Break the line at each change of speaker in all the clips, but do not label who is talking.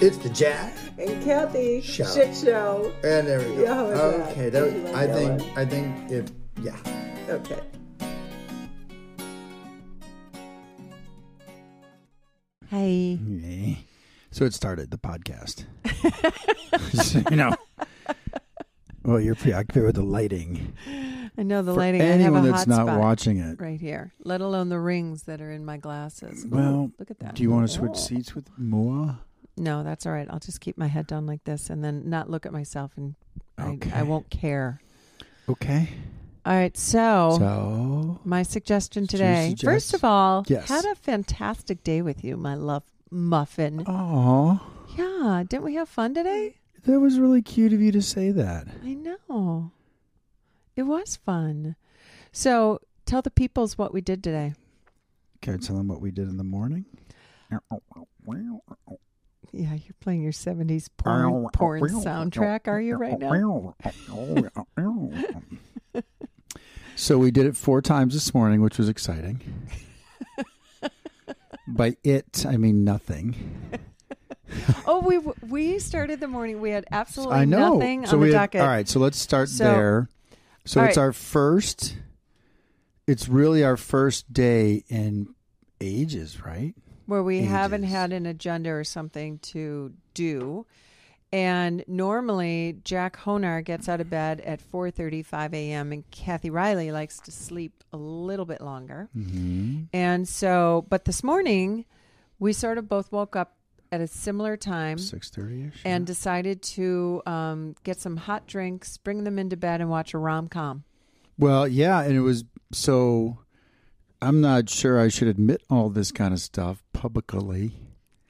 It's the Jack.
and Kathy
Show.
shit show.
And there we go.
Yeah, how was that?
okay,
Did you
that,
like
I
that
think
one?
I think if yeah.
Okay.
Hey.
Yeah. So it started the podcast. So, you know. Well, you're preoccupied with the lighting.
I know the
For
lighting.
anyone
I have a
that's
hot
not
spot
watching it,
right here, let alone the rings that are in my glasses. Ooh,
Well,
look at that.
do you want to
Oh.
switch seats with Moa?
No, that's all right. I'll just keep my head down like this and then not look at myself, and I, I
Okay.
won't care.
Okay.
All right. So,
So
my suggestion
Do you
today.
suggest-
First of all,
Yes.
had a fantastic day with you, my love muffin.
Oh. Aw.
Yeah, didn't we have fun today?
That was really cute of you to say that.
I know. It was fun. So, tell the peoples what we did today.
Can I tell them what we did in the morning?
Yeah, you're playing your 70s porn, porn soundtrack, are you, right now?
now? so we did it four times this morning, which was exciting. By it, I mean nothing.
Oh, we we started the morning. We had absolutely
I know.
nothing
so
on
we
the
had-
docket.
all right, so let's start
So-
there. So
all
it's
right.
our first. It's really our first day in ages, right?
Where we haven't
Ages.
had an agenda or something to do. And normally Jack Honar gets out of bed at 4:35 a.m. and Kathy Riley likes to sleep a little bit longer.
Mm-hmm.
And so, but this morning we sort of both woke up at a similar time.
Six thirty ish.
and decided to um, get some hot drinks, bring them into bed, and watch a rom com.
Well, yeah, and it was so. I'm not sure I should admit all this kind of stuff publicly.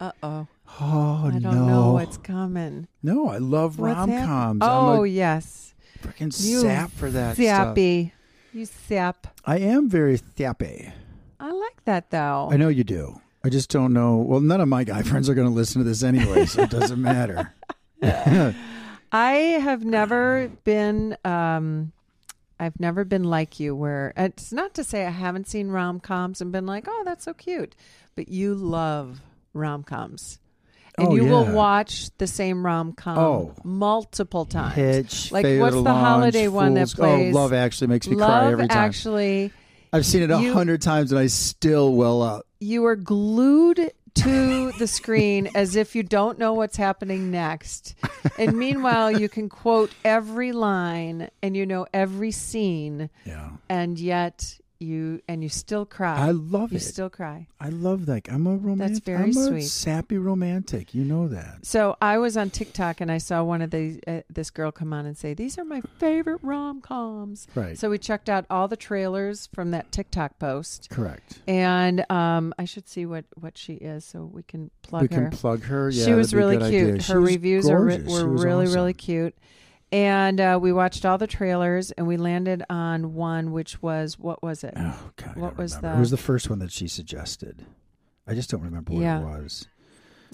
Uh oh,
Oh
I don't
no!
know what's coming.
no, I love
What's
rom
happening?
coms.
Oh
I'm
yes,
a freaking
you
sap for that stuff.
sappy. You sap.
I am very sappy.
I like that though.
I know you do. I just don't know. Well, none of my guy friends are going to listen to this anyway, so it doesn't matter.
I have never been. Um, I've never been like you. Where it's not to say I haven't seen rom coms and been like, "Oh, that's so cute," but you love rom coms, and
Oh,
you will
yeah.
watch the same rom com
Oh.
multiple times.
Hitch,
Like,
Fade
what's
to
the holiday
Launch,
one that
Fools-
plays-
Oh, Love Actually makes me cry
Love
every time.
actually.
I've seen it a
you-
hundred times and I still well up.
you are glued to the screen as if you don't know what's happening next. And meanwhile, you can quote every line and you know every scene,
Yeah,
and yet you and you still cry.
I love
you
it.
still cry.
I love that. I'm a romantic.
very
I'm a
sweet.
sappy romantic. You know that.
So I was on TikTok and I saw one of the uh, this girl come on and say, "These are my favorite rom coms."
Right.
So we checked out all the trailers from that TikTok post,
Correct.
and um, I should see what what she is so we can plug
we
her.
can plug her. Yeah,
she was
that'd be
really
a good
cute.
idea.
Her
She was
reviews are, re-
gorgeous.
were
She was
really, really
awesome.
cute. And uh, we watched all the trailers and we landed on one, which was what was it?
Oh God, I
What
don't
was
remember.
the-
It was the first one that she suggested. I just don't remember what
Yeah.
it was.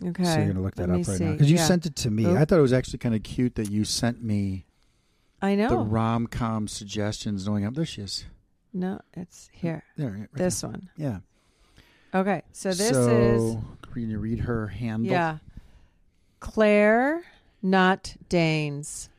Okay,
so you're gonna look that
let
up
me
right now
see.
because you
Yeah.
sent it to me.
Oop.
I thought it was actually kind of cute that you sent me
I know.
the rom com suggestions. Knowing up there she is.
no, it's here.
There. Right there.
This one.
Yeah.
Okay, so this is
So, Can you read her handle?
yeah, Claire, not Danes.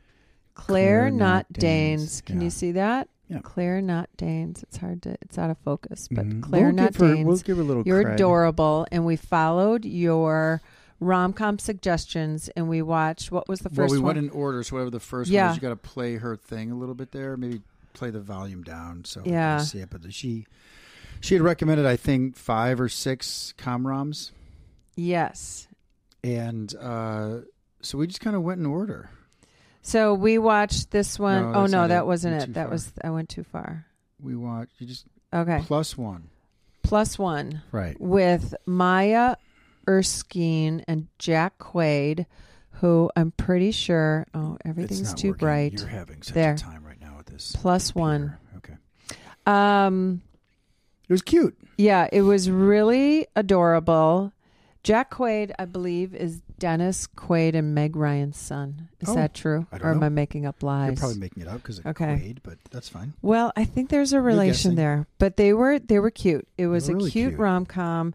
Claire,
Claire,
not
not
Danes.
Danes.
Can
Yeah.
you see that?
Yeah.
Claire, not Danes. It's hard to. It's out of focus, but
Mhm.
Claire,
We'll
not
give her,
Danes.
We'll give her a little.
You're
cred.
adorable, and we followed your rom com suggestions, and we watched what was the
Well,
first
we
one?
went in order, so whatever the first
Yeah.
one is, you got to play her thing a little bit there. Maybe play the volume down so
Yeah.
yeah. see it. But she she had recommended, I think, five or six comroms,
yes,
and uh, so we just kind of went in order.
so we watched this one.
No,
oh
that's
no,
not
that
it.
wasn't
Went
it.
too
That
far.
was I went too far.
We watched. You just
Okay,
plus one,
plus one
right?
with Maya Erskine and Jack Quaid, who I'm pretty sure. Oh, everything's too bright.
You're having such
a There.
a time right now with this.
Plus one.
Okay.
Um.
It was cute.
Yeah, it was really adorable. Jack Quaid, I believe, is Dennis Quaid and Meg Ryan's son. Is
Oh,
that true?
I don't
or am
know.
I making up
You're
lies?
probably making it up because it's
Okay.
Quaid, but that's fine.
well, I think there's a relation
guessing.
there, but they were they were cute. It was
were
a
really
cute,
cute.
rom com.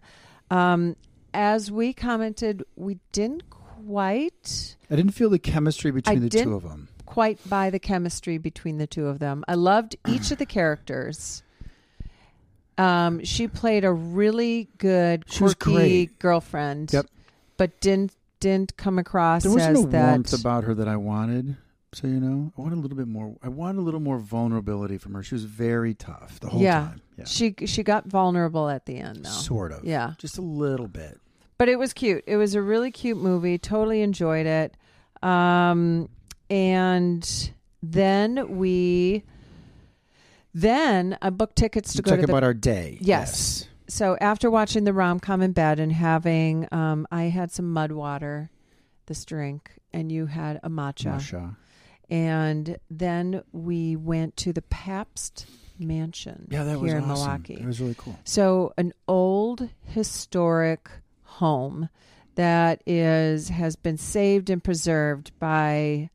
Um, as we commented, we didn't quite
I didn't feel the chemistry between
I
the
didn't-
two of them.
quite buy the chemistry between the two of them. I loved each of the characters. Um, she played a really good
She was
quirky
great.
girlfriend,
Yep.
but didn't didn't come across
There wasn't
as
a warmth
that.
about her that I wanted. So you know, I wanted a little bit more. I wanted a little more vulnerability from her. She was very tough the whole
Yeah.
time. Yeah,
She she got vulnerable at the end though.
sort of.
Yeah.
just a little bit.
but it was cute. It was a really cute movie. Totally enjoyed it. Um, and then we, then I booked tickets to
To
go
talk
to the.
about our day.
Yes. so after watching the rom com in bed and having, um, I had some mud water, this drink, and you had a matcha,
Masha.
and then we went to the Pabst Mansion.
Yeah, that
here
was
in
awesome.
Milwaukee.
That was really cool.
So an old historic home that is has been saved and preserved by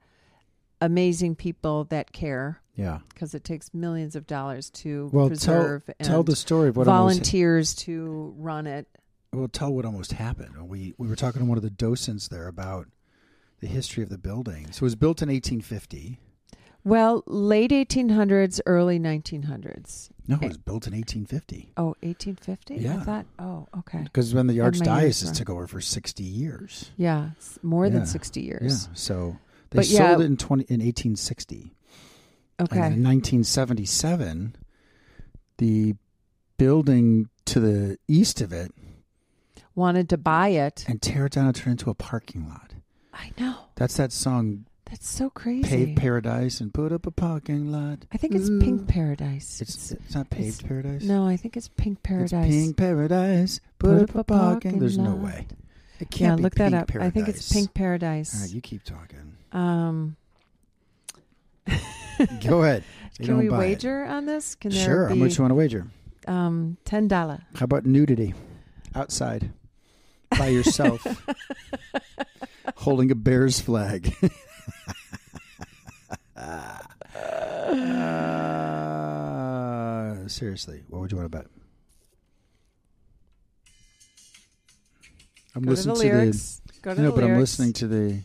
amazing people that care
Yeah.
because it takes millions of dollars to
Well, tell,
preserve and
tell the story of what almost
volunteers to run it.
Well, tell what almost happened. We we were talking to one of the docents there about the history of the building. So it was built in 1850.
Well, late 1800s, early 1900s.
No, it was built in 1850
Oh, 1850?
Yeah.
I thought, oh, okay.
because when the
Had my years wrong.
archdiocese took over for 60 years.
Yeah, s- more
Yeah.
than 60 years.
Yeah, so they
But
sold
yeah.
it in 20 in 1860.
Okay.
And in 1977, the building to the east of it
Wanted to buy it.
and tear it down and turn it into a parking lot.
I know.
That's that song
That's so crazy.
"Paved Paradise" and put up a parking lot.
I think it's
Mm.
Pink Paradise.
It's it's not paved
it's-
paradise.
no, I think it's Pink Paradise.
It's pink paradise. Put, up a parking. There's no
lot.
way. It can't
Yeah,
be
look that
pink
up. I think it's
paradise.
Pink
All right,
Paradise.
you keep talking.
um,
Go ahead. They
can
don't
we
buy it.
wager on this? Can there
Sure.
be
How much you want to wager?
um, ten dollar?
How about nudity? Outside. By yourself. Holding a bear's flag. Uh, seriously, what would you want to bet? I'm
Go to the
listening
lyrics. Go to
no,
the
but
lyrics.
I'm listening to the.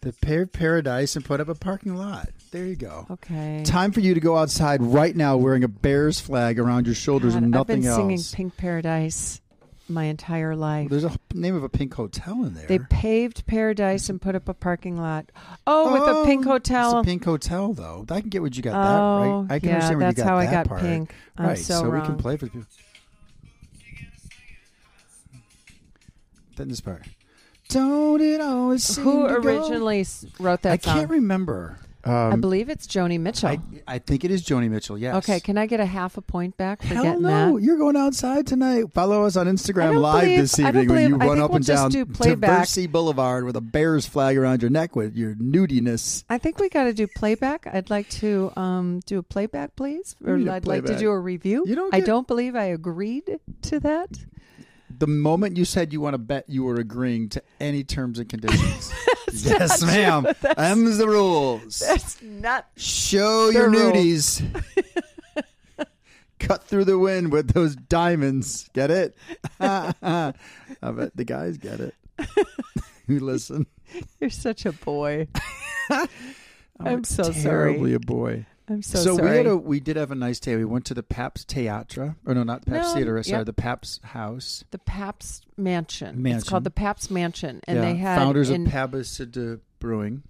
The pair paradise and put up a parking lot. There you go.
Okay.
Time for you to go outside right now wearing a Bears flag around your shoulders
God,
and nothing
I've been
else.
singing Pink Paradise my entire life.
There's a name of a pink hotel in there.
they paved Paradise and put up a parking lot. Oh, with a pink
Oh,
hotel.
It's a pink hotel, though. I can get what you got
oh,
that right. I can
yeah,
understand where
that's
you got
how
that
I got
part.
pink. I'm
right,
so,
we
wrong.
can play for people. Then this part. Don't it always seem
Who
to go-
originally s wrote that
I
song?
can't remember. Um,
I believe it's Joni Mitchell.
I, I think it is Joni Mitchell. Yes.
Okay, can I get a half a point back for
Hell
getting
no!
that?
You're going outside tonight. Follow us on
I
Instagram
don't
live
believe-
this
I don't
evening when you
believe- I
run
think
up
we'll
and
just
down
do playback.
Diversity Boulevard with a bear's flag around your neck with your nudiness.
I think we got to do playback. I'd like to um, do a playback, please, or
You need a
I'd like to
playback.
do a review.
You don't
I
get-
don't believe I agreed to that.
The moment you said you want to bet, you were agreeing to any terms and conditions. yes, ma'am. Them's the rules.
That's not.
Show
They're
your
rules.
nudies. Cut through the wind with those diamonds. Get it? I bet the guys get it. Who listen?
You're such a boy. I'm so
terribly
sorry.
a boy.
I'm so, sorry.
we had a we did have a nice day. We went to the Paps Theatre, or no, not Paps
No,
Theatre. Sorry,
yep.
the Paps House.
the Pabst Mansion. It's
Mansion.
called the Pabst Mansion, and
Yeah,
they had
founders
in
of Pabst de Brewing.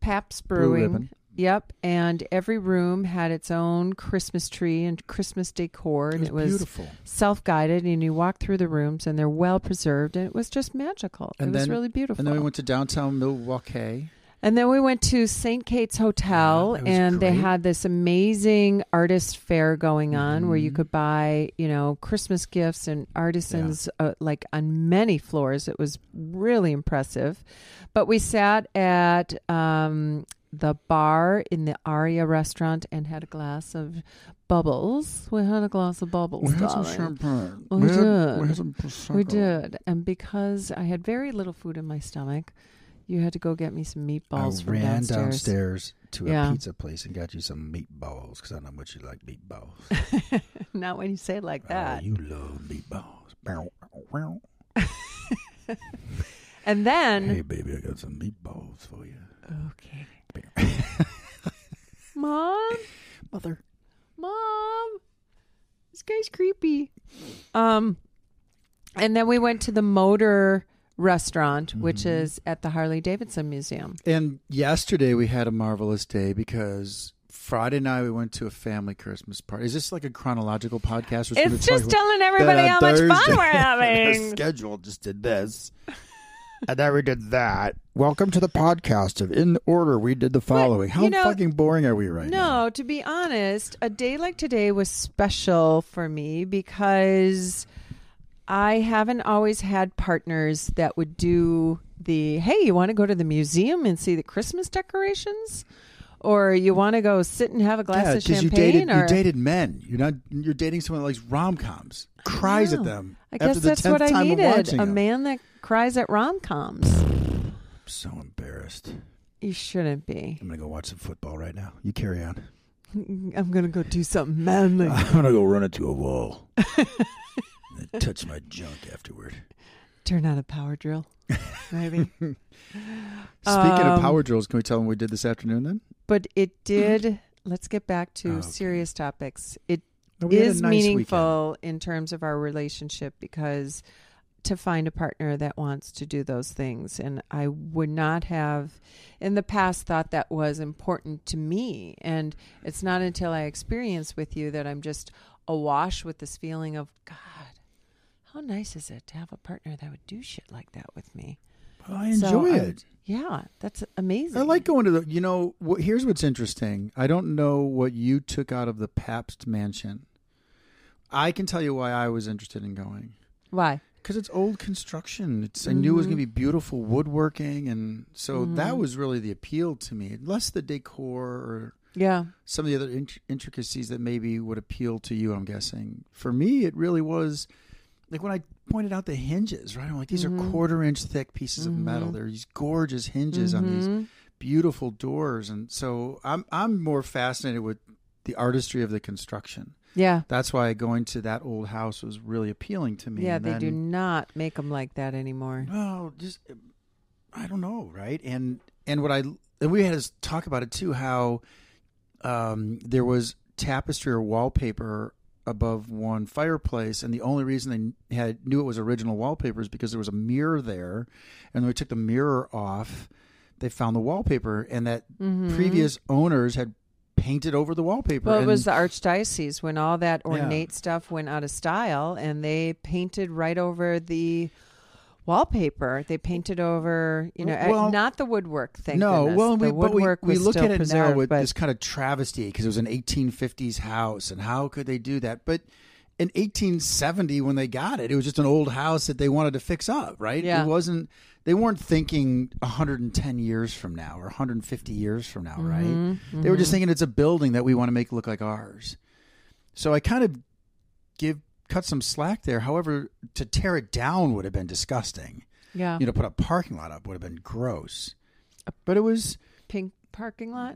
Pabst
Blue
Brewing.
Ribbon.
Yep, and every room had its own Christmas tree and Christmas decor, and
It was beautiful.
self guided and you walk through the rooms and they're well preserved and it was just magical.
And
it was
then-
really beautiful.
And then we went to downtown Milwaukee.
And then we went to St. Kate's Hotel
Yeah, that was
and they
great.
had this amazing artist fair going on where
Mm-hmm.
you could buy, you know, Christmas gifts and artisans uh, like on many floors. It was really impressive. But we sat at um, the bar in the Aria restaurant and had a glass of bubbles. We had a glass of bubbles. darling.
champagne.
We We had- did. we had
some
We did. And because I had very little food in my stomach, You had to go get me some meatballs
I
from
ran
downstairs.
downstairs to a
Yeah.
pizza place and got you some meatballs because I know much you like meatballs.
Not when you say it like
Oh,
that.
you love meatballs. Bow, bow, bow.
and then
Hey, baby, I got some meatballs for you.
Okay. Mom,
Mother.
mom, this guy's creepy. Um, and then we went to the Motor Restaurant,
Mm-hmm.
which is at the Harley Davidson Museum.
And yesterday we had a marvelous day because Friday night we went to a family Christmas party. Is this like a chronological podcast? We're gonna
It's
talk
just
about-
telling everybody
that
how
on
much fun
Thursday-
we're
Our
having.
schedule just did this. And then we did that. Welcome to the podcast of In Order. We did the following. How
you know-
fucking boring are we right now?
No, to be honest, a day like today was special for me because I haven't always had partners that would do the hey, you want to go to the museum and see the Christmas decorations? Or you want to go sit and have a glass
Yeah,
of
because
champagne?
you dated
or
you dated men. You're not you're dating someone that likes rom coms, cries at
Yeah.
them.
I guess
after the
that's
10th
what I
time of
needed.
watching
A
them.
man that cries at rom coms.
I'm so embarrassed.
You shouldn't be.
I'm gonna go watch some football right now. You carry on.
I'm gonna go do something manly.
I'm gonna go run into a wall. and touch my junk afterward.
Turn on a power drill, maybe.
Speaking of
Um,
power drills, can we tell them what we did this afternoon then?
but it did let's get back to
Mm-hmm. Oh, Okay.
serious topics It
No,
is
we had a nice
meaningful in terms of our relationship because to find a partner that wants to do those things and i would not have in the past thought that was important to me and it's not until i experience with you that i'm just awash with this feeling of god how nice is it to have a partner that would do shit like that with me
weekend. I
So
enjoy
I'm-
it.
yeah that's amazing
I like going to the. You know, wh- here's what's interesting. I don't know what you took out of the Pabst Mansion. I can tell you why I was interested in going
why
because it's old construction. It's I knew it was going to be
Mm-hmm.
beautiful woodworking, and so that was really the appeal to me. Less the decor or
yeah
some of the other int- intricacies that maybe would appeal to you. I'm guessing for me, it really was like when I pointed out the hinges. Right, I'm like these
Mm-hmm.
are quarter inch thick pieces of metal. There are these gorgeous hinges on these
Mhm.
beautiful doors and so i'm i'm more fascinated with the artistry of the construction
yeah
that's why going to that old house was really appealing to me
Yeah,
And
they do
then-
not make them like that anymore.
well just i don't know right and and what i and we had to talk about it too how um there was tapestry or wallpaper above one fireplace and the only reason they had knew it was original wallpaper is because there was a mirror there and when we took the mirror off they found the wallpaper and that previous owners had painted over the wallpaper
Mm-hmm. Well, it
and
was the archdiocese when all that
Yeah.
ornate stuff went out of style, and they painted right over the wallpaper. They painted over, you know, eh,
Well-
not the woodwork. Thank
no
goodness.
well
the
we, but we,
woodwork
we
was
look
still
at it now
preserved,
with
but
this kind of travesty because it was an 1850s house and how could they do that but in 1870 when they got it it was just an old house that they wanted to fix up right
Yeah.
it wasn't they weren't thinking 110 years from now or 150 years from now right
Mm-hmm,
they were just thinking it's a building that we want to make look like ours so i kind of give cut some slack there however to tear it down would have been disgusting
yeah,
you know, put a parking lot up would have been gross. But it was,
pink parking lot.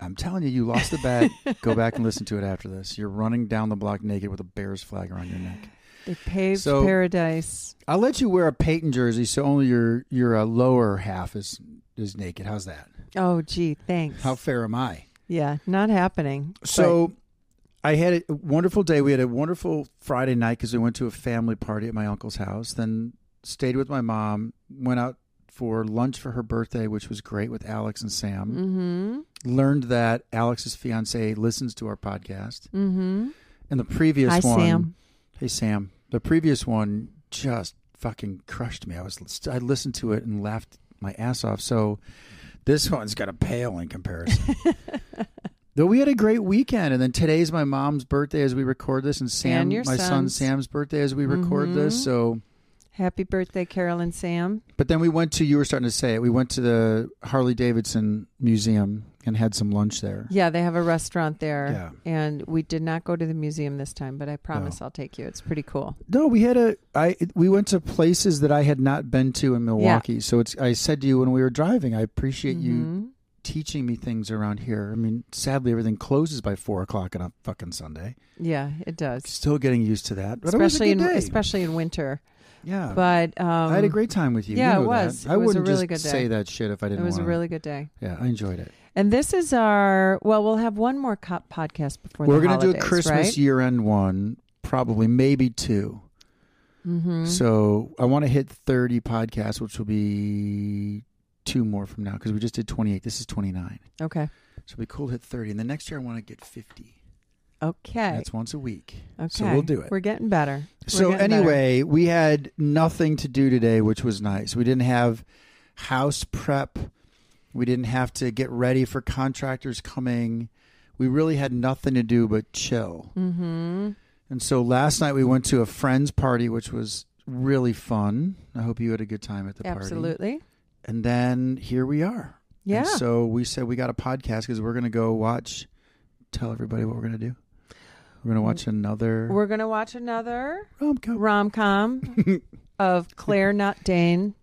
I'm telling you, you lost the bet. Go back and listen to it after this. You're running down the block naked with a Bears flag around your neck.
They paved
So-
paradise.
I'll let you wear a Peyton jersey so only your your uh, lower half is is naked. How's that?
Oh, gee, thanks.
How fair am I?
yeah, not happening.
So I had a wonderful day. We had a wonderful Friday night because we went to a family party at my uncle's house, then stayed with my mom, went out for lunch for her birthday, which was great with Alex and Sam.
mm-hmm,
learned that Alex's fiance listens to our podcast.
mm-hmm.
And the previous
Hi,
one,
Sam.
hey Sam, the previous one just fucking crushed me. I was I listened to it and laughed my ass off. So this one's got a pale in comparison. Though we had a great weekend, and then today's my mom's birthday as we record this, and Sam,
And your
my son
son's.
Sam's birthday as we record this.
Mhm.
So,
Happy birthday, Carol and Sam.
but then we went to you were starting to say it. We went to the Harley Davidson Museum and had some lunch there.
Yeah, they have a restaurant
Yeah.
there. And we did not go to the museum this time, but I promise I'll take you. It's pretty cool.
No, we had a I we went to places that I had not been to in Milwaukee. So it's I said to you when we were driving, I appreciate you
Mhm.
teaching me things around here. I mean, sadly everything closes by four o'clock on a fucking Sunday.
Yeah, it does.
Still getting used to that. But
especially
it was a good day.
in especially in winter.
yeah.
But um,
I had a great time with you. you
yeah,
know
it was.
That. I
It was a
wouldn't
really
just
good day.
say that shit if I
it
didn't.
was a
wanna.
really good day.
yeah. I enjoyed it.
And this is our well, we'll have one more co- podcast before
We're
the
gonna do a
holidays,
Christmas
right?
year-end one, probably maybe 2
Mm-hmm.
So I want to hit thirty podcasts, which will be two more from now because we just did twenty-eight. This is twenty-nine.
Okay.
So it'd be cool to hit 30. And the next year, I want to get 50.
Okay.
That's once a week.
okay.
So we'll do it.
We're getting better. We're
so,
getting better.
anyway, we had nothing to do today, which was nice. We didn't have house prep, we didn't have to get ready for contractors coming. We really had nothing to do but chill. Mm-hmm. And so last night we went to a friend's party, which was really fun. I hope you had a good time at the party.
absolutely.
And then here we are. And
Yeah.
so we said we got a podcast because we're going to go watch. Tell everybody what we're going to do. We're going to watch another
We're gonna watch another
rom com.
rom com of Claire Not Dane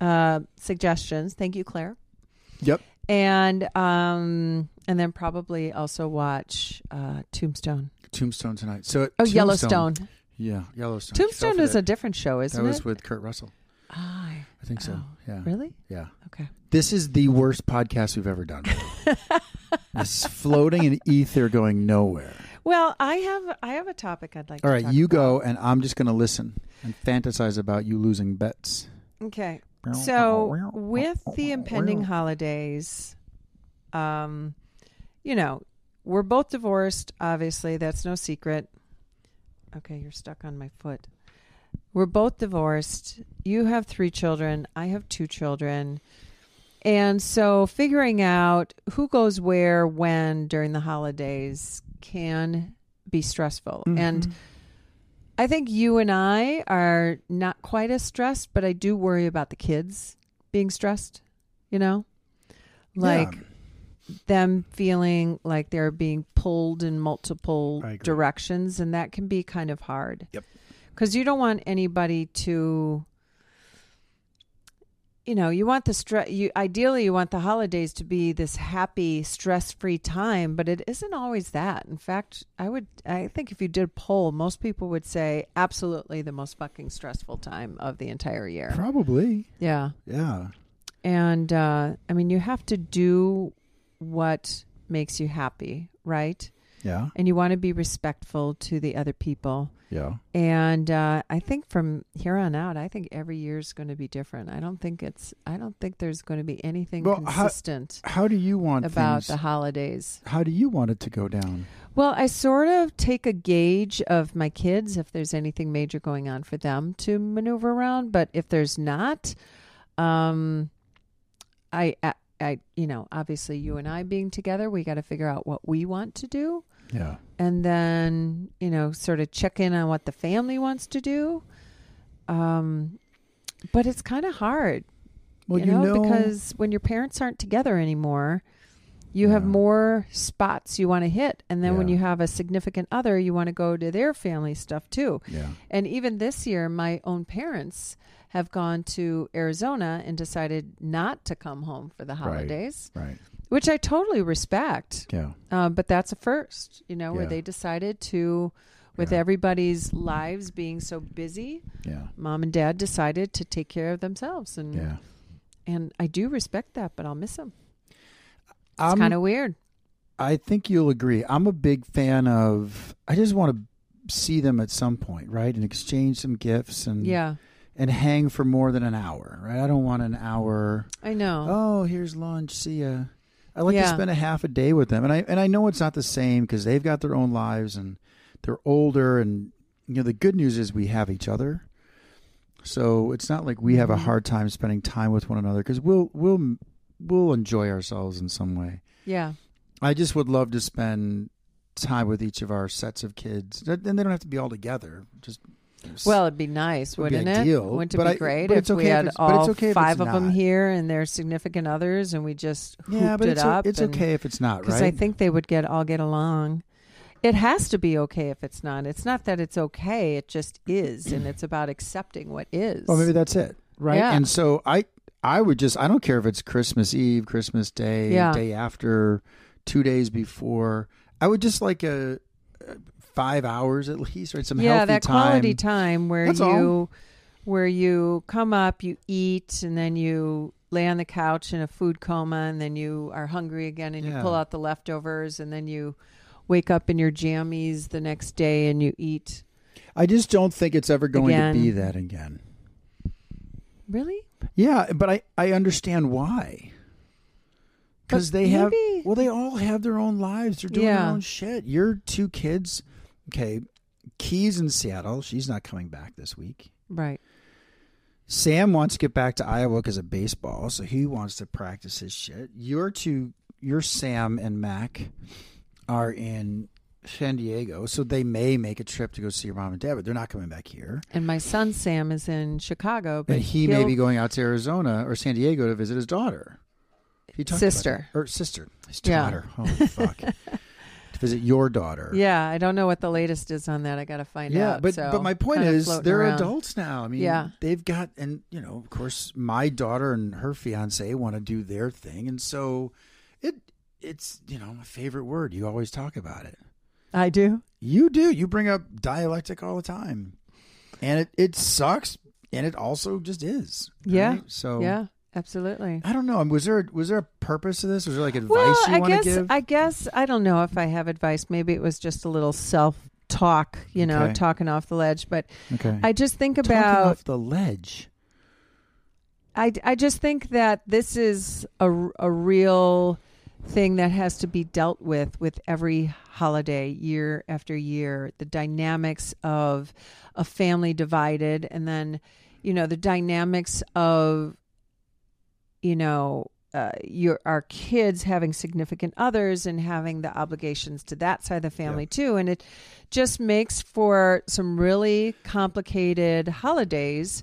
uh, suggestions. Thank you, Claire.
Yep.
and um and then probably also watch uh Tombstone.
Tombstone tonight. So
Oh,
Tombstone-
Yellowstone.
Yeah, Yellowstone.
Tombstone
Fell for
is
that.
a different show, isn't
that was
it?
with Kurt Russell.
Ah,
I think so.
Oh,
yeah.
really?
Yeah.
Okay.
This is the worst podcast we've ever done. it's floating in ether, going nowhere.
Well, I have I have a topic I'd like.
All
to
right,
talk
you
about.
go, and I'm just going to listen and fantasize about you losing bets.
Okay. So with the impending holidays, um, you know, we're both divorced. Obviously, that's no secret. Okay, you're stuck on my foot. We're both divorced. You have three children. I have two children. And so figuring out who goes where, when during the holidays can be stressful.
Mm-hmm.
And I think you and I are not quite as stressed, but I do worry about the kids being stressed, you know? Like them feeling like they're being pulled in multiple
I agree.
directions, and that can be kind of hard.
Yep.
Because you don't want anybody to. You know, you want the stress. You ideally, you want the holidays to be this happy, stress-free time, but it isn't always that. In fact, I would, I think, if you did a poll, most people would say absolutely the most fucking stressful time of the entire year.
probably,
Yeah,
yeah.
and uh, I mean, you have to do what makes you happy, right?
Yeah.
And you want to be respectful to the other people.
Yeah.
And uh, I think from here on out, I think every year is going to be different. I don't think it's. I don't think there's going to be anything
Well, how-
consistent
How do you want
about the
things,
holidays.
How do you want it to go down?
Well, I sort of take a gauge of my kids if there's anything major going on for them to maneuver around, but if there's not, um, I, I, I you know, obviously you and I being together, we got to figure out what we want to do,
Yeah.
and then you know, sort of check in on what the family wants to do. Um, but it's kind of hard
Well,
you, know, because when your parents aren't together anymore, you have
Yeah.
more spots you want to hit. And then when
Yeah.
you have a significant other, you want to go to their family stuff too.
yeah,
And even this year, my own parents have gone to Arizona and decided not to come home for the holidays,
right.
which I totally respect.
Yeah.
Um, but that's a first, you know, where
Yeah.
they decided to, with
Yeah.
everybody's lives being so busy,
Yeah.
mom and dad decided to take care of themselves and
Yeah.
and I do respect that, but I'll miss him. It's
I'm,
kind of weird.
I think you'll agree. I'm a big fan of. I just want to see them at some point, right, and exchange some gifts and
Yeah,
and hang for more than an hour, right? I don't want an hour.
I know.
Oh, here's lunch. See ya. I like to
Yeah.
spend a half a day with them, and I and I know it's not the same because they've got their own lives and they're older, and you know the good news is we have each other, so it's not like we have
Mm-hmm.
a hard time spending time with one another because we'll we'll we'll enjoy ourselves in some way.
Yeah,
I just would love to spend time with each of our sets of kids, and they don't have to be all together. Just
Well, it'd be nice,
Would be
wouldn't it?
ideal,
Wouldn't it
but
be
I-
great
but
if
it's
we
okay if
had
it's- but it's
all
okay if
five
it's
of them
not.
here and their significant others, and we just
yeah,
hooped
but
it
it's, o-
up?
it's okay if it's not,
because
right?
I think they would get all get along. It has to be okay if it's not. It's not that it's okay; it just is, and it's about accepting what is.
Well, maybe that's it, right?
Yeah.
And so I, I would just, I don't care if it's Christmas Eve, Christmas Day,
Yeah.
day after, two days before. I would just like a, a five hours at least, right? Some
yeah,
healthy
that
time.
quality time where
That's
you
all.
where you come up, you eat, and then you lay on the couch in a food coma, and then you are hungry again, and
Yeah.
you pull out the leftovers, and then you wake up in your jammies the next day and you eat.
I just don't think it's ever going
Again.
to be that again.
Really?
Yeah, but I, I understand why. Because
But
they have,
maybe-
well, they all have their own lives. They're doing
Yeah.
their own shit. Your two kids, okay, Key's in Seattle. She's not coming back this week.
Right.
Sam wants to get back to Iowa because of baseball, so he wants to practice his shit. Your two, your Sam and Mac, are in San Diego, so they may make a trip to go see your mom and dad, but they're not coming back here.
And my son Sam is in Chicago, but
And he may
he'll-
be going out to Arizona or San Diego to visit his daughter. He talked about
Sister.
that. or sister, his
Yeah.
daughter. Oh fuck, to visit your daughter.
Yeah, I don't know what the latest is on that. I got to find
yeah,
out.
but
so
but my point
kinda
is
floating
they're
around.
adults now. I mean,
Yeah.
they've got and you know, of course, my daughter and her fiance want to do their thing, and so it it's you know my favorite word. You always talk about it.
I do.
You do. You bring up dialectic all the time, and it it sucks, and it also just is.
Yeah.
right? So
Yeah, absolutely.
I don't know. Was there was there a purpose to this? Was there like advice
Well,
you
I
want
guess
to give?
I guess I don't know if I have advice. Maybe it was just a little self talk, you know,
Okay.
talking off the ledge. But
okay.
I just think
Talking
about
off the ledge.
I I just think that this is a a real thing that has to be dealt with with every holiday year after year the dynamics of a family divided and then you know the dynamics of you know uh, your our kids having significant others and having the obligations to that side of the family too and it just makes for some really complicated holidays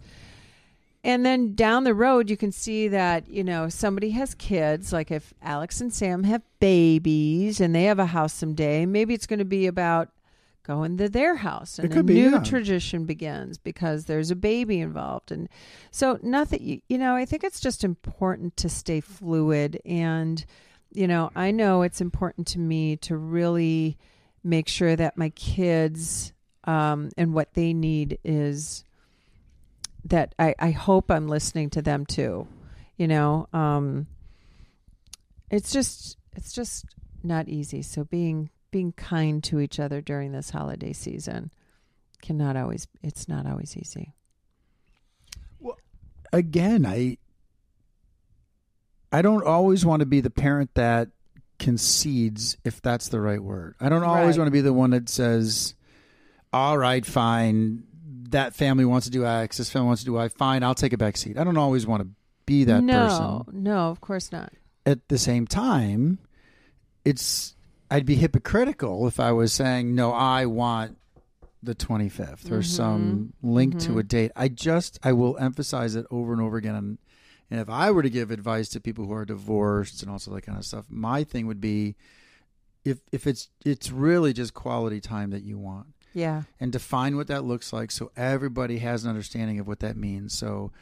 and then down the road you can see that you know somebody has kids like if alex and sam have babies and they have a house someday maybe it's going to be about going to their house and
It could
a
be,
new
yeah.
tradition begins because there's a baby involved and so nothing you, you know i think it's just important to stay fluid and you know i know it's important to me to really make sure that my kids um, and what they need is that I, I hope I'm listening to them too. You know, um, it's just it's just not easy. So being being kind to each other during this holiday season cannot always it's not always easy.
Again, I I don't always want to be the parent that concedes if that's the right word. I don't always
Right.
want to be the one that says, "All right, fine. That family wants to do X. This family wants to do Y. Fine, I'll take a back seat." I don't always want to be that person.
no, no, of course not.
at the same time, it's I'd be hypocritical if I was saying no, I want the 25th or some link to a date. I just I will emphasize it over and over again. And, and if I were to give advice to people who are divorced and also that kind of stuff, my thing would be if if it's it's really just quality time that you want
Yeah.
and define what that looks like so everybody has an understanding of what that means. So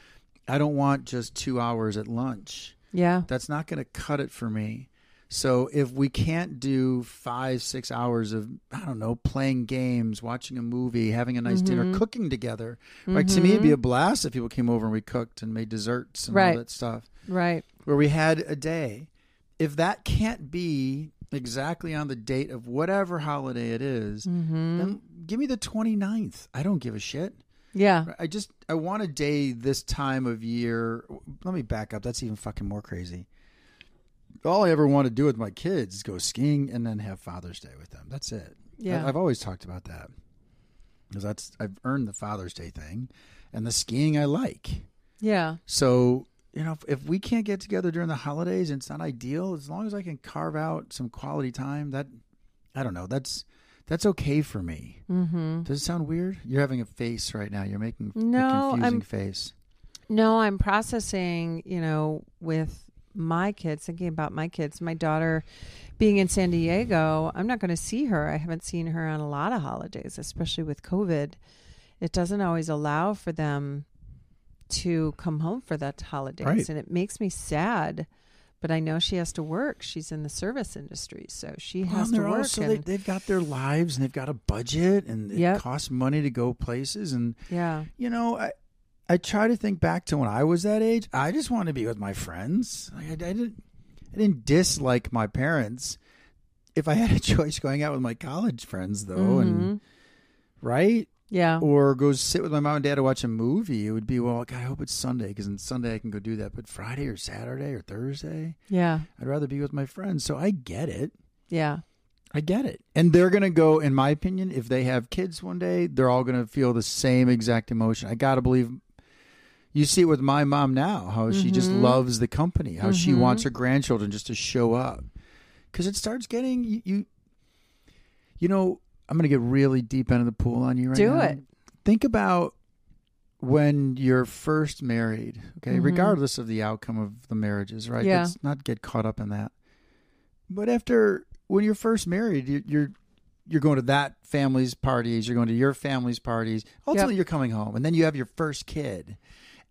I don't want just 2 hours at lunch
Yeah.
that's not going to cut it for me. So if we can't do five, six hours of, I don't know, playing games, watching a movie, having a nice dinner, cooking together, right? To me, it'd be a blast if people came over and we cooked and made desserts and
Right.
all that stuff
Right.
where we had a day. If that can't be exactly on the date of whatever holiday it is, then give me the 29th. I don't give a shit.
Yeah.
I just I want a day this time of year. Let me back up. That's even fucking more crazy. All I ever want to do with my kids is go skiing and then have Father's Day with them. That's it.
Yeah.
I, have always talked about that because that's I've earned the Father's Day thing, and the skiing I like.
Yeah.
So you know, if, if we can't get together during the holidays, and it's not ideal. As long as I can carve out some quality time, that I don't know. That's That's okay for me. Mm-hmm. Does it sound weird? You're having a face right now. You're making
No,
a confusing
I'm-
face.
No, I'm processing, you know, with my kids, thinking about my kids. My daughter being in San Diego, I'm not going to see her. I haven't seen her on a lot of holidays, especially with COVID. It doesn't always allow for them to come home for that holidays.
Right.
And it makes me sad. But I know she has to work. She's in the service industry, so she
Well,
has
and
to
they're
work.
also-
and-
they, have got their lives and they've got a budget and it
Yep.
costs money to go places and
yeah.
you know I I try to think back to when I was that age. I just want to be with my friends. Like, I, I didn't I didn't dislike my parents. If I had a choice, going out with my college friends though, and
Mhm.
right
yeah.
or go sit with my mom and dad to watch a movie, it would be well. God, I hope it's Sunday because on Sunday I can go do that. But Friday or Saturday or Thursday,
Yeah.
I'd rather be with my friends. So I get it.
Yeah.
I get it. And they're going to go, in my opinion, if they have kids one day, they're all going to feel the same exact emotion. I got to believe you see it with my mom now, how she just loves the company, how she wants her grandchildren just to show up. Because it starts getting, you, you, you know, I'm going to get really deep into the pool on you right
Do
now.
it.
Think about when you're first married, okay, regardless of the outcome of the marriages, right?
Yeah.
Let's not get caught up in that. But after when you're first married, you, you're you're going to that family's parties, you're going to your family's parties. Ultimately,
Yep.
you're coming home, and then you have your first kid,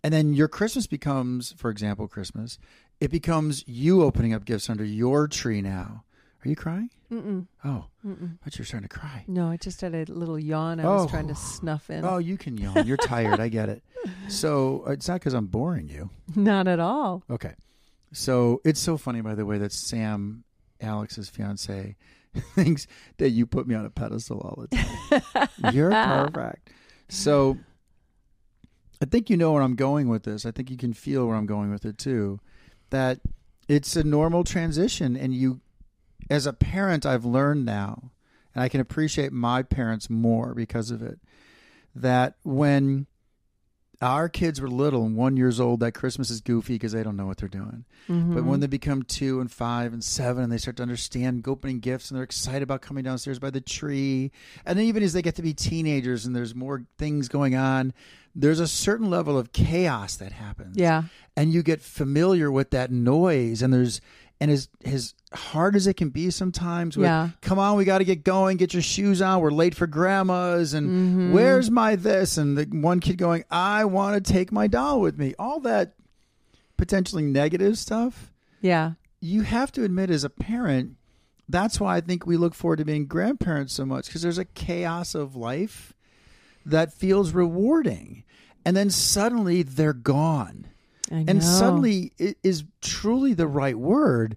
and then your Christmas becomes, for example, Christmas. It becomes you opening up gifts under your tree now. Are you crying?
Mm-mm.
Oh,
Mm-mm.
I thought you were starting to cry.
No, I just had a little yawn. I was
Oh.
trying to snuff in.
Oh, you can yawn. You're tired. I get it. So it's not because I'm boring you.
Not at all.
Okay. So it's so funny, by the way, that Sam, Alex's fiance, thinks that you put me on a pedestal all the time. You're perfect. So I think you know where I'm going with this. I think you can feel where I'm going with it too. That it's a normal transition, and you, as a parent, I've learned now, and I can appreciate my parents more because of it. That when our kids were little and one years old that christmas is goofy because they don't know what they're doing but
Mm-hmm.
when they become two and five and seven and they start to understand opening gifts and they're excited about coming downstairs by the tree and then even as they get to be teenagers and there's more things going on there's a certain level of chaos that happens
Yeah.
and you get familiar with that noise and there's and as as hard as it can be sometimes with,
Yeah.
come on we got to get going get your shoes on we're late for grandma's and
Mm-hmm.
where's my this and the one kid going i want to take my doll with me all that potentially negative stuff
Yeah.
you have to admit as a parent that's why i think we look forward to being grandparents so much because there's a chaos of life that feels rewarding and then suddenly they're gone
I know.
and suddenly it is truly the right word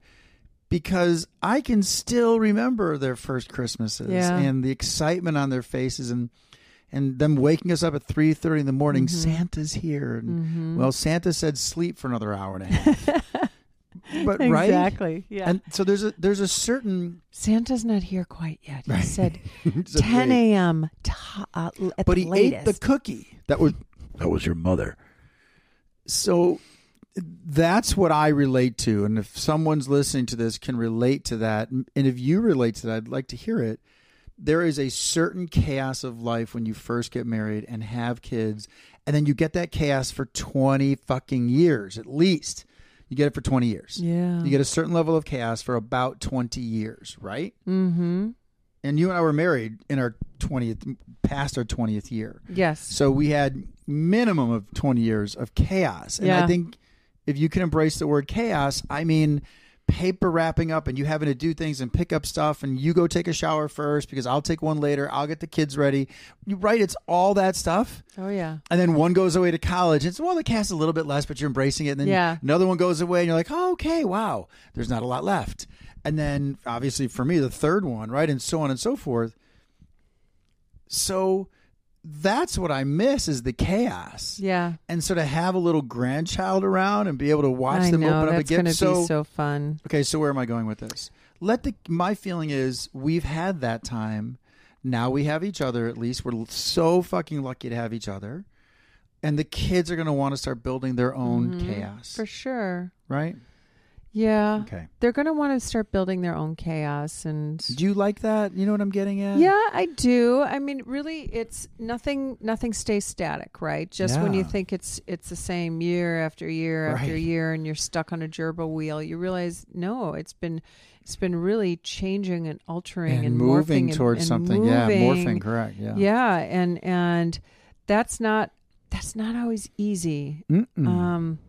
because I can still remember their first Christmases
Yeah.
and the excitement on their faces and and them waking us up at three thirty in the morning.
Mm-hmm.
Santa's here, and well, Santa said sleep for another hour and a half. but right,
Exactly. Yeah.
and so there's a there's a certain
Santa's not here quite yet. He said
it's a
10
big-
a.m. to- uh, l- at
but
the
he
latest.
ate the cookie. That was that was your mother. So that's what I relate to, and if someone's listening to this can relate to that, and if you relate to that, I'd like to hear it. There is a certain chaos of life when you first get married and have kids, and then you get that chaos for twenty fucking years at least. You get it for twenty years.
yeah.
You get a certain level of chaos for about 20 years, right?
mm-hmm.
And you and I were married in our 20th, past our 20th year.
Yes.
So we had minimum of 20 years of chaos. And I
Yeah.
think if you can embrace the word chaos, I mean paper wrapping up and you having to do things and pick up stuff and you go take a shower first because I'll take one later. I'll get the kids ready. You right, it's all that stuff.
Oh, yeah.
And then one goes away to college. It's well, the cast is a little bit less, but you're embracing it. And then
Yeah.
another one goes away, and you're like, oh, okay, wow, there's not a lot left. And then obviously for me, the third one, right, and so on and so forth. So that's what I miss is the chaos.
Yeah.
And so to have a little grandchild around and be able to watch
I
them
know.
open up a
That's
gift.
to be so fun.
Okay, so where am I going with this? Let the my feeling is we've had that time. Now we have each other at least. We're so fucking lucky to have each other. And the kids are going to want to start building their own chaos,
For sure.
right?
Mm-hmm. Yeah.
Okay.
They're going to want to start building their own chaos and
Do you like that? You know what I'm getting at?
Yeah, I do. I mean, really it's nothing nothing stays static, right? Just when you
Yeah.
think it's it's the same year after year after
Right.
year and you're stuck on a gerbil wheel, you realize no, it's been it's been really changing and altering and,
And, moving
morphing and-
towards
and
something. Yeah,
moving.
morphing. Correct. Yeah.
Yeah, and and that's not that's not always easy.
Mm-mm.
Um,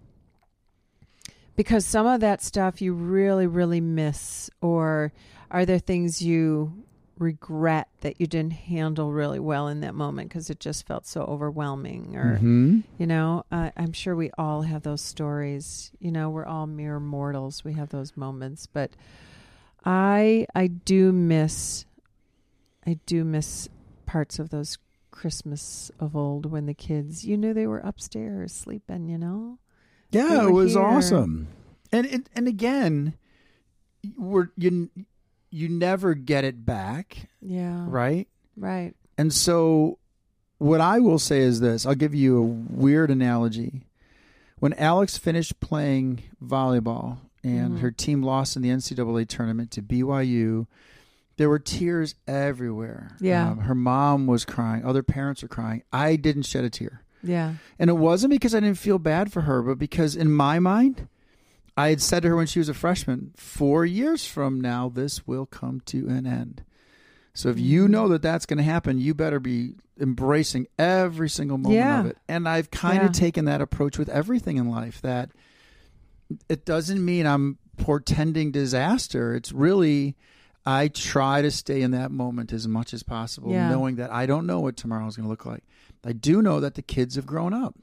because some of that stuff you really, really miss, or are there things you regret that you didn't handle really well in that moment because it just felt so overwhelming? Or
Mhm.
you know, uh, I'm sure we all have those stories. You know, we're all mere mortals. We have those moments, but I I do miss I do miss parts of those Christmas of old when the kids you knew they were upstairs sleeping. You know,
Yeah,
we
it
were
was
here.
awesome. And, and and again, we're you you never get it back,
yeah,
right?
right.
And so, what I will say is this I'll give you a weird analogy. When Alex finished playing volleyball and her team lost in the NCAA tournament to BYU, there were tears everywhere. Um,
Yeah.
her mom was crying, other parents were crying. I didn't shed a tear.
Yeah,
And it wasn't because I didn't feel bad for her, but because in my mind, I had said to her when she was a freshman, four years from now, this will come to an end. So if
Mm-hmm.
you know that that's going to happen, you better be embracing every single moment of
Yeah.
it. And I've kind of
Yeah.
taken that approach with everything in life that it doesn't mean I'm portending disaster. It's really, I try to stay in that moment as much as possible,
Yeah.
knowing that I don't know what tomorrow is going to look like. I do know that the kids have grown up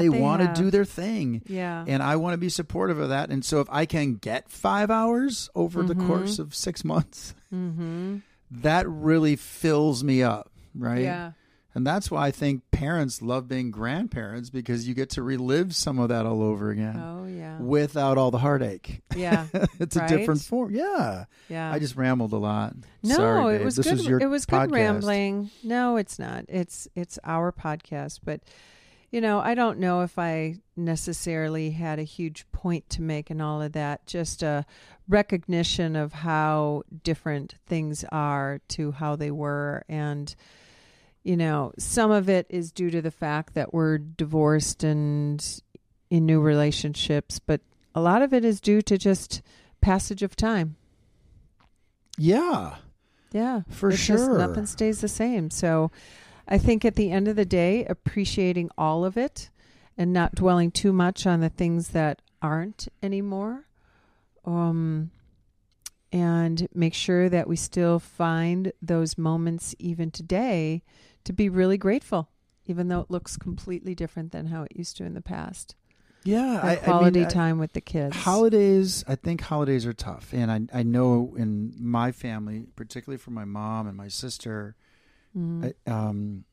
and they, want
have. Uh-huh.
to do their thing.
Yeah,
And I want to be supportive of that. And so if I can get five hours over the course of six months,
mm-hmm.
that really fills me up. Right.
yeah,
And that's why I think parents love being grandparents because you get to relive some of that all over again
oh yeah,
without all the heartache.
yeah,
it's
Right?
a different form. Yeah.
yeah.
I just rambled a lot.
No,
Sorry,
it
babe.
was
this
good.
Was your
it was
podcast.
good rambling. No, it's not. It's it's our podcast, but you know, I don't know if I necessarily had a huge point to make in all of that. Just a recognition of how different things are to how they were, and you know, some of it is due to the fact that we're divorced and in new relationships, but a lot of it is due to just passage of time.
Yeah,
Yeah.
for
It's
sure.
just nothing stays the same. So I think at the end of the day, appreciating all of it and not dwelling too much on the things that aren't anymore. Um, and make sure that we still find those moments even today to be really grateful, even though it looks completely different than how it used to in the past.
yeah,
That
I,
quality
I mean, I-
time with the kids.
Holidays, I think holidays are tough, and I I know in my family, particularly for my mom and my sister,
Mm.
I, um,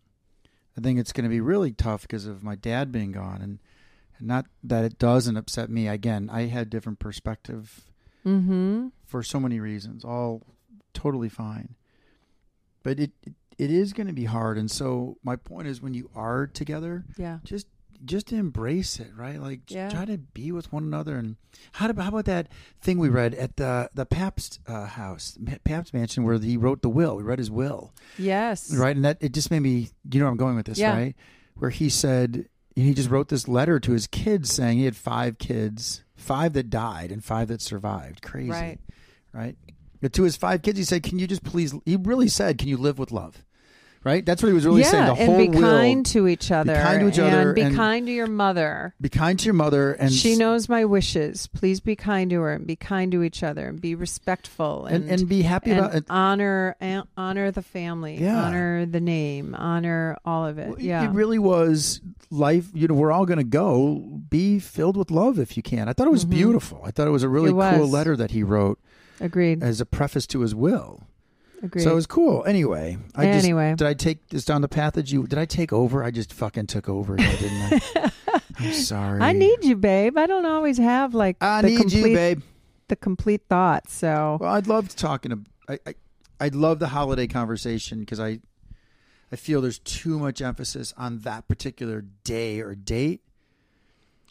I think it's going to be really tough because of my dad being gone, and, and not that it doesn't upset me. Again, I had different perspective
mm-hmm.
for so many reasons, all totally fine, but it it, it is going to be hard, and so my point is when you are together,
Yeah.
just just embrace it, right? Like j-
Yeah.
try to be with one another. And how about how about that thing we read at the the Pabst uh, house, Ma- Pabst mansion, where he wrote the will. We read his will,
Yes.
right? And that it just made me, you know, where I'm going with this,
Yeah.
right? Where he said he just wrote this letter to his kids saying he had five kids, five that died and five that survived. Crazy,
Right.
right? But to his five kids, he said, "Can you just please?" He really said, "Can you live with love?" Right? That's what he was really saying. The whole
and be
will.
kind to each other.
kind to each other
and be
and-
kind to your mother.
Be kind to your mother, and
she knows my wishes. Please be kind to her and be kind to each other and be respectful and
and, and be happy
and
about it.
honor and honor the family,
Yeah.
honor the name, honor all of it.
Well, it-
yeah,
It really was life. You know, we're all going to go. Be filled with love if you can. I thought it was
Mhm.
beautiful. I thought it was a really
It
cool
was.
letter that he wrote
agreed.
as a preface to his will.
Agreed.
So it was cool. Anyway, I
Anyway.
just did I take this down the path that you did I take over? I just fucking took over, again, didn't I? I'm sorry.
I need you, babe. I don't always have like
I
the
need
complete
you, babe.
the complete thought. So
Well, I'd love talking. To, I, I I'd love the holiday conversation because I I feel there's too much emphasis on that particular day or date,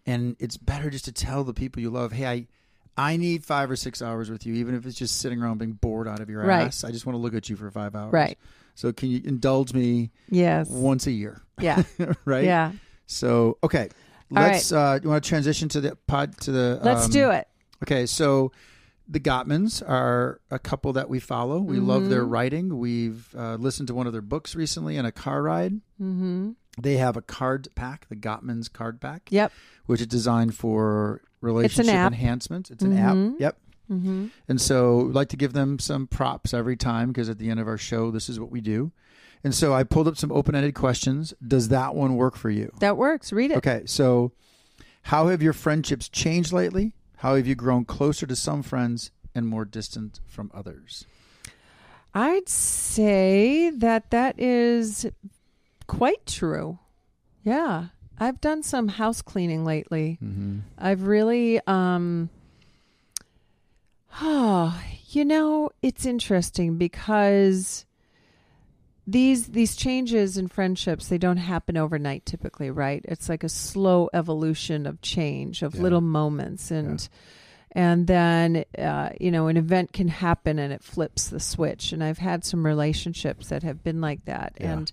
and it's better just to tell the people you love, hey, I I need five or six hours with you, even if it's just sitting around being bored out of your
Right.
ass. I just want to look at you for five hours.
Right.
So can you indulge me
Yes.
once a year?
Yeah.
right.
Yeah.
So okay,
All
let's. Uh, you want to transition to the pod to the.
Let's
um,
do it.
Okay, so the Gottmans are a couple that we follow. We love their writing. We've uh, listened to one of their books recently in a car ride. Mm-hmm. They have a card pack, the Gottmans card pack.
Yep.
Which is designed for relationship
app.
enhancement. It's an app. Yep.
Mm-hmm.
And so we'd like to give them some props every time because at the end of our show, this is what we do. And so I pulled up some open ended questions. Does that one work for you?
That works. Read it.
Okay, so how have your friendships changed lately? How have you grown closer to some friends and more distant from others?
I'd say that that is quite true. Yeah. I've done some house cleaning lately.
Mm-hmm.
I've really um oh, you know, it's interesting because these these changes in friendships they don't happen overnight typically, right? It's like a slow evolution of change of
Yeah.
little moments and and then uh, you know an event can happen and it flips the switch and i've had some relationships that have been like that
Yeah.
and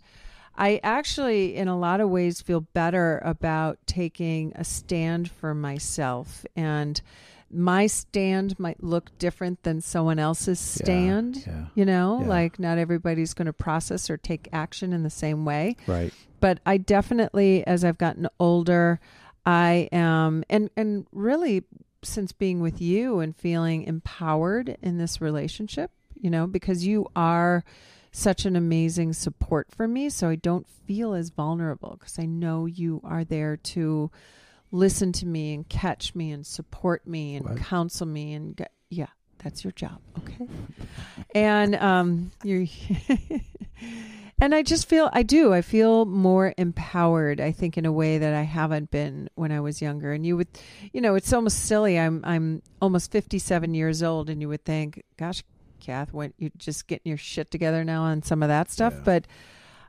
i actually in a lot of ways feel better about taking a stand for myself and my stand might look different than someone else's stand
yeah,
you know
yeah.
like not everybody's going to process or take action in the same way
Right.
but I definitely, as I've gotten older, I am, and and really since being with you and feeling empowered in this relationship, you know, because you are such an amazing support for me, so I don't feel as vulnerable because I know you are there to listen to me and catch me and support me and
What?
counsel me and get, yeah, that's your job, okay? and um, you and I just feel I do I feel more empowered I think in a way that I haven't been when I was younger and you would you know it's almost silly I'm I'm almost 57 years old and you would think gosh Kath when you're just getting your shit together now on some of that stuff
Yeah.
but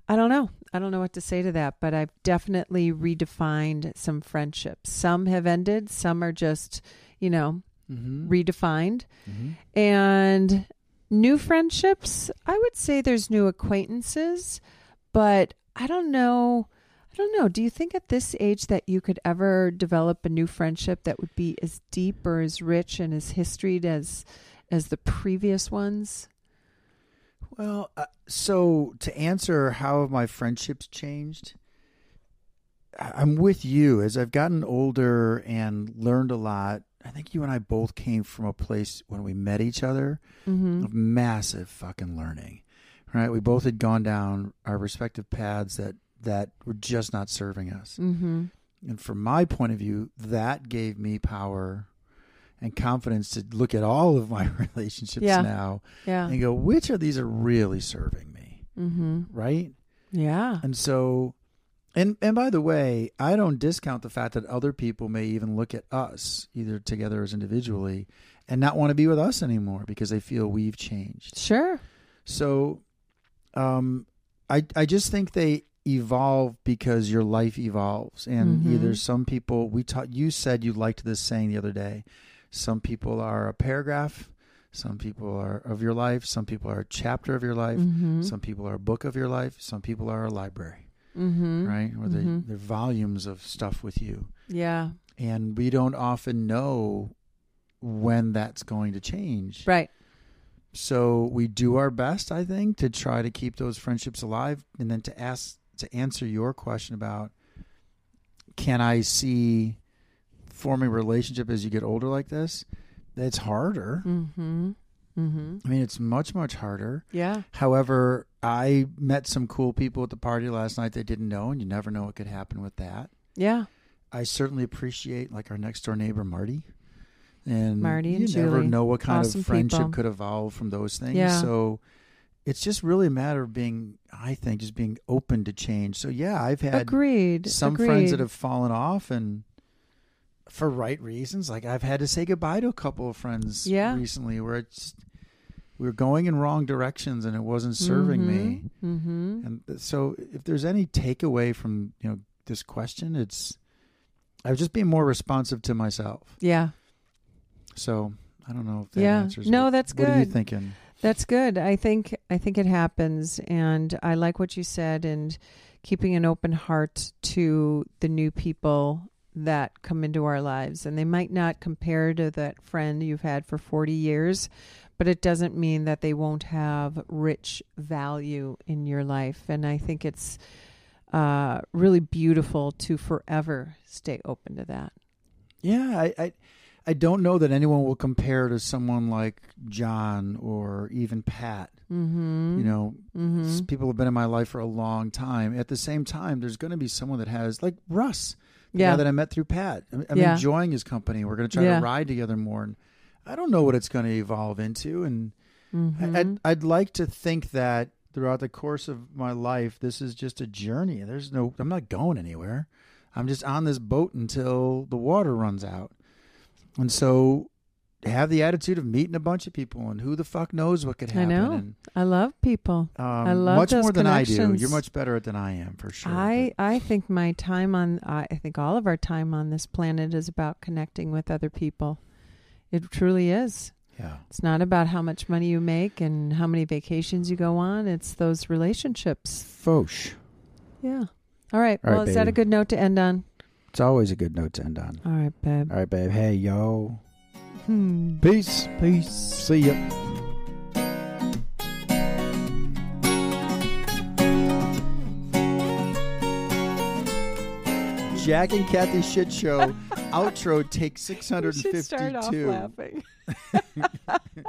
I don't know I don't know what to say to that but I've definitely redefined some friendships some have ended some are just you know
Mm-hmm.
redefined and new friendships i would say there's new acquaintances but i don't know i don't know do you think at this age that you could ever develop a new friendship that would be as deep or as rich and as historied as as the previous ones
Well, uh, so to answer how have my friendships changed? I- I'm with you as I've gotten older and learned a lot. I think you and I both came from a place when we met each other
Mm-hmm.
of massive fucking learning. Right? We both had gone down our respective paths that that were just not serving us.
mm-hmm
And from my point of view, that gave me power and confidence to look at all of my relationships
Yeah.
now
yeah
and go, which of these are really serving me?
mm-hmm
Right?
yeah
And so and and by the way, I don't discount the fact that other people may even look at us, either together as individually, and not want to be with us anymore because they feel we've changed.
sure
So, um, I I just think they evolve because your life evolves, and
Mhm.
either some people we taught you said you liked this saying the other day. Some people are a paragraph, some people are of your life, some people are a chapter of your life,
mm-hmm
some people are a book of your life, some people are a library,
mm-hmm
right? Or they
Mhm.
they're volumes of stuff with you,
yeah
and we don't often know when that's going to change,
right
so we do our best i think to try to keep those friendships alive and then to ask to answer your question about can i see forming a relationship as you get older like this it's harder
mm-hmm mm-hmm
i mean it's much much harder
yeah
however i met some cool people at the party last night that didn't know and you never know what could happen with that
yeah
i certainly appreciate like our next door neighbor marty and
Marty
you
and
never
Julie.
know what kind
Awesome
of friendship
people.
could evolve from those things.
Yeah.
So it's just really a matter of being, I think, just being open to change. So yeah, I've had
agreed
some friends that
Agreed.
have fallen off and for right reasons. Like I've had to say goodbye to a couple of friends
Yeah.
recently where it's we were going in wrong directions and it wasn't serving me.
Mm-hmm.
And so, if there's any takeaway from you know this question, it's I was just being more responsive to myself.
Yeah.
So I don't know if that
Yeah.
answers.
No,
what-
that's
What are you
good.
thinking?
That's good. I think I think it happens and I like what you said and keeping an open heart to the new people that come into our lives and they might not compare to that friend you've had for 40 years but it doesn't mean that they won't have rich value in your life and I think it's uh, really beautiful to forever stay open to that.
Yeah, I, I I don't know that anyone will compare to someone like John or even Pat.
Mhm.
You know,
Mhm.
s- people have been in my life for a long time. At the same time, there's going to be someone that has like Russ. The
Yeah.
guy that I met through Pat. I'm, I'm
Yeah.
enjoying his company. We're going to try
Yeah.
to ride together more. And I don't know what it's going to evolve into. And I
Mhm.
I'd, I'd like to think that throughout the course of my life, this is just a journey. There's no, I'm not going anywhere. I'm just on this boat until the water runs out. And so have the attitude of meeting a bunch of people and who the fuck knows what could
I
happen.
know.
And,
I love people.
um,
I love
much
those
more than I do.
connections.
You're much better at than I am for sure.
I, I think my time on I I think all of our time on this planet is about connecting with other people. It truly is.
But, yeah.
It's not about how much money you make and how many vacations you go on. It's those relationships.
Foch.
Yeah. All right.
All right,
well, is that
baby.
a good note to end on?
It's always a good note to end on.
All right, babe.
All right, babe. Hey, yo.
Hmm.
Peace.
Peace.
See ya. Jack and Kathy Shit Show outro take
We should start off
652.
laughing.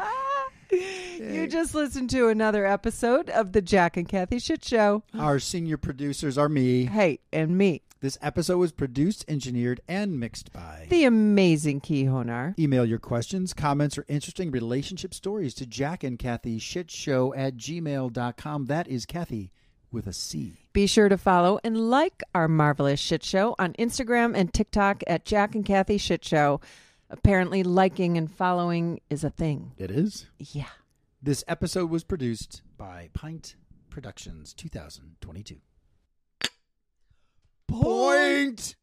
you just listened to another episode of the Jack and Kathy Shit Show.
Our senior producers are me.
Hey, and me,
This episode was produced, engineered, and mixed by.
the amazing Key Honar.
Email your questions, comments, or interesting relationship stories to Jack and Kathy Shit Show at gmail.com. That is Kathy with a C.
Be sure to follow and like our marvelous shit show on Instagram and TikTok at Jack and Kathy Shit Show. Apparently, liking and following is a thing.
It is.
Yeah.
This episode was produced by Pint Productions 2022. Point!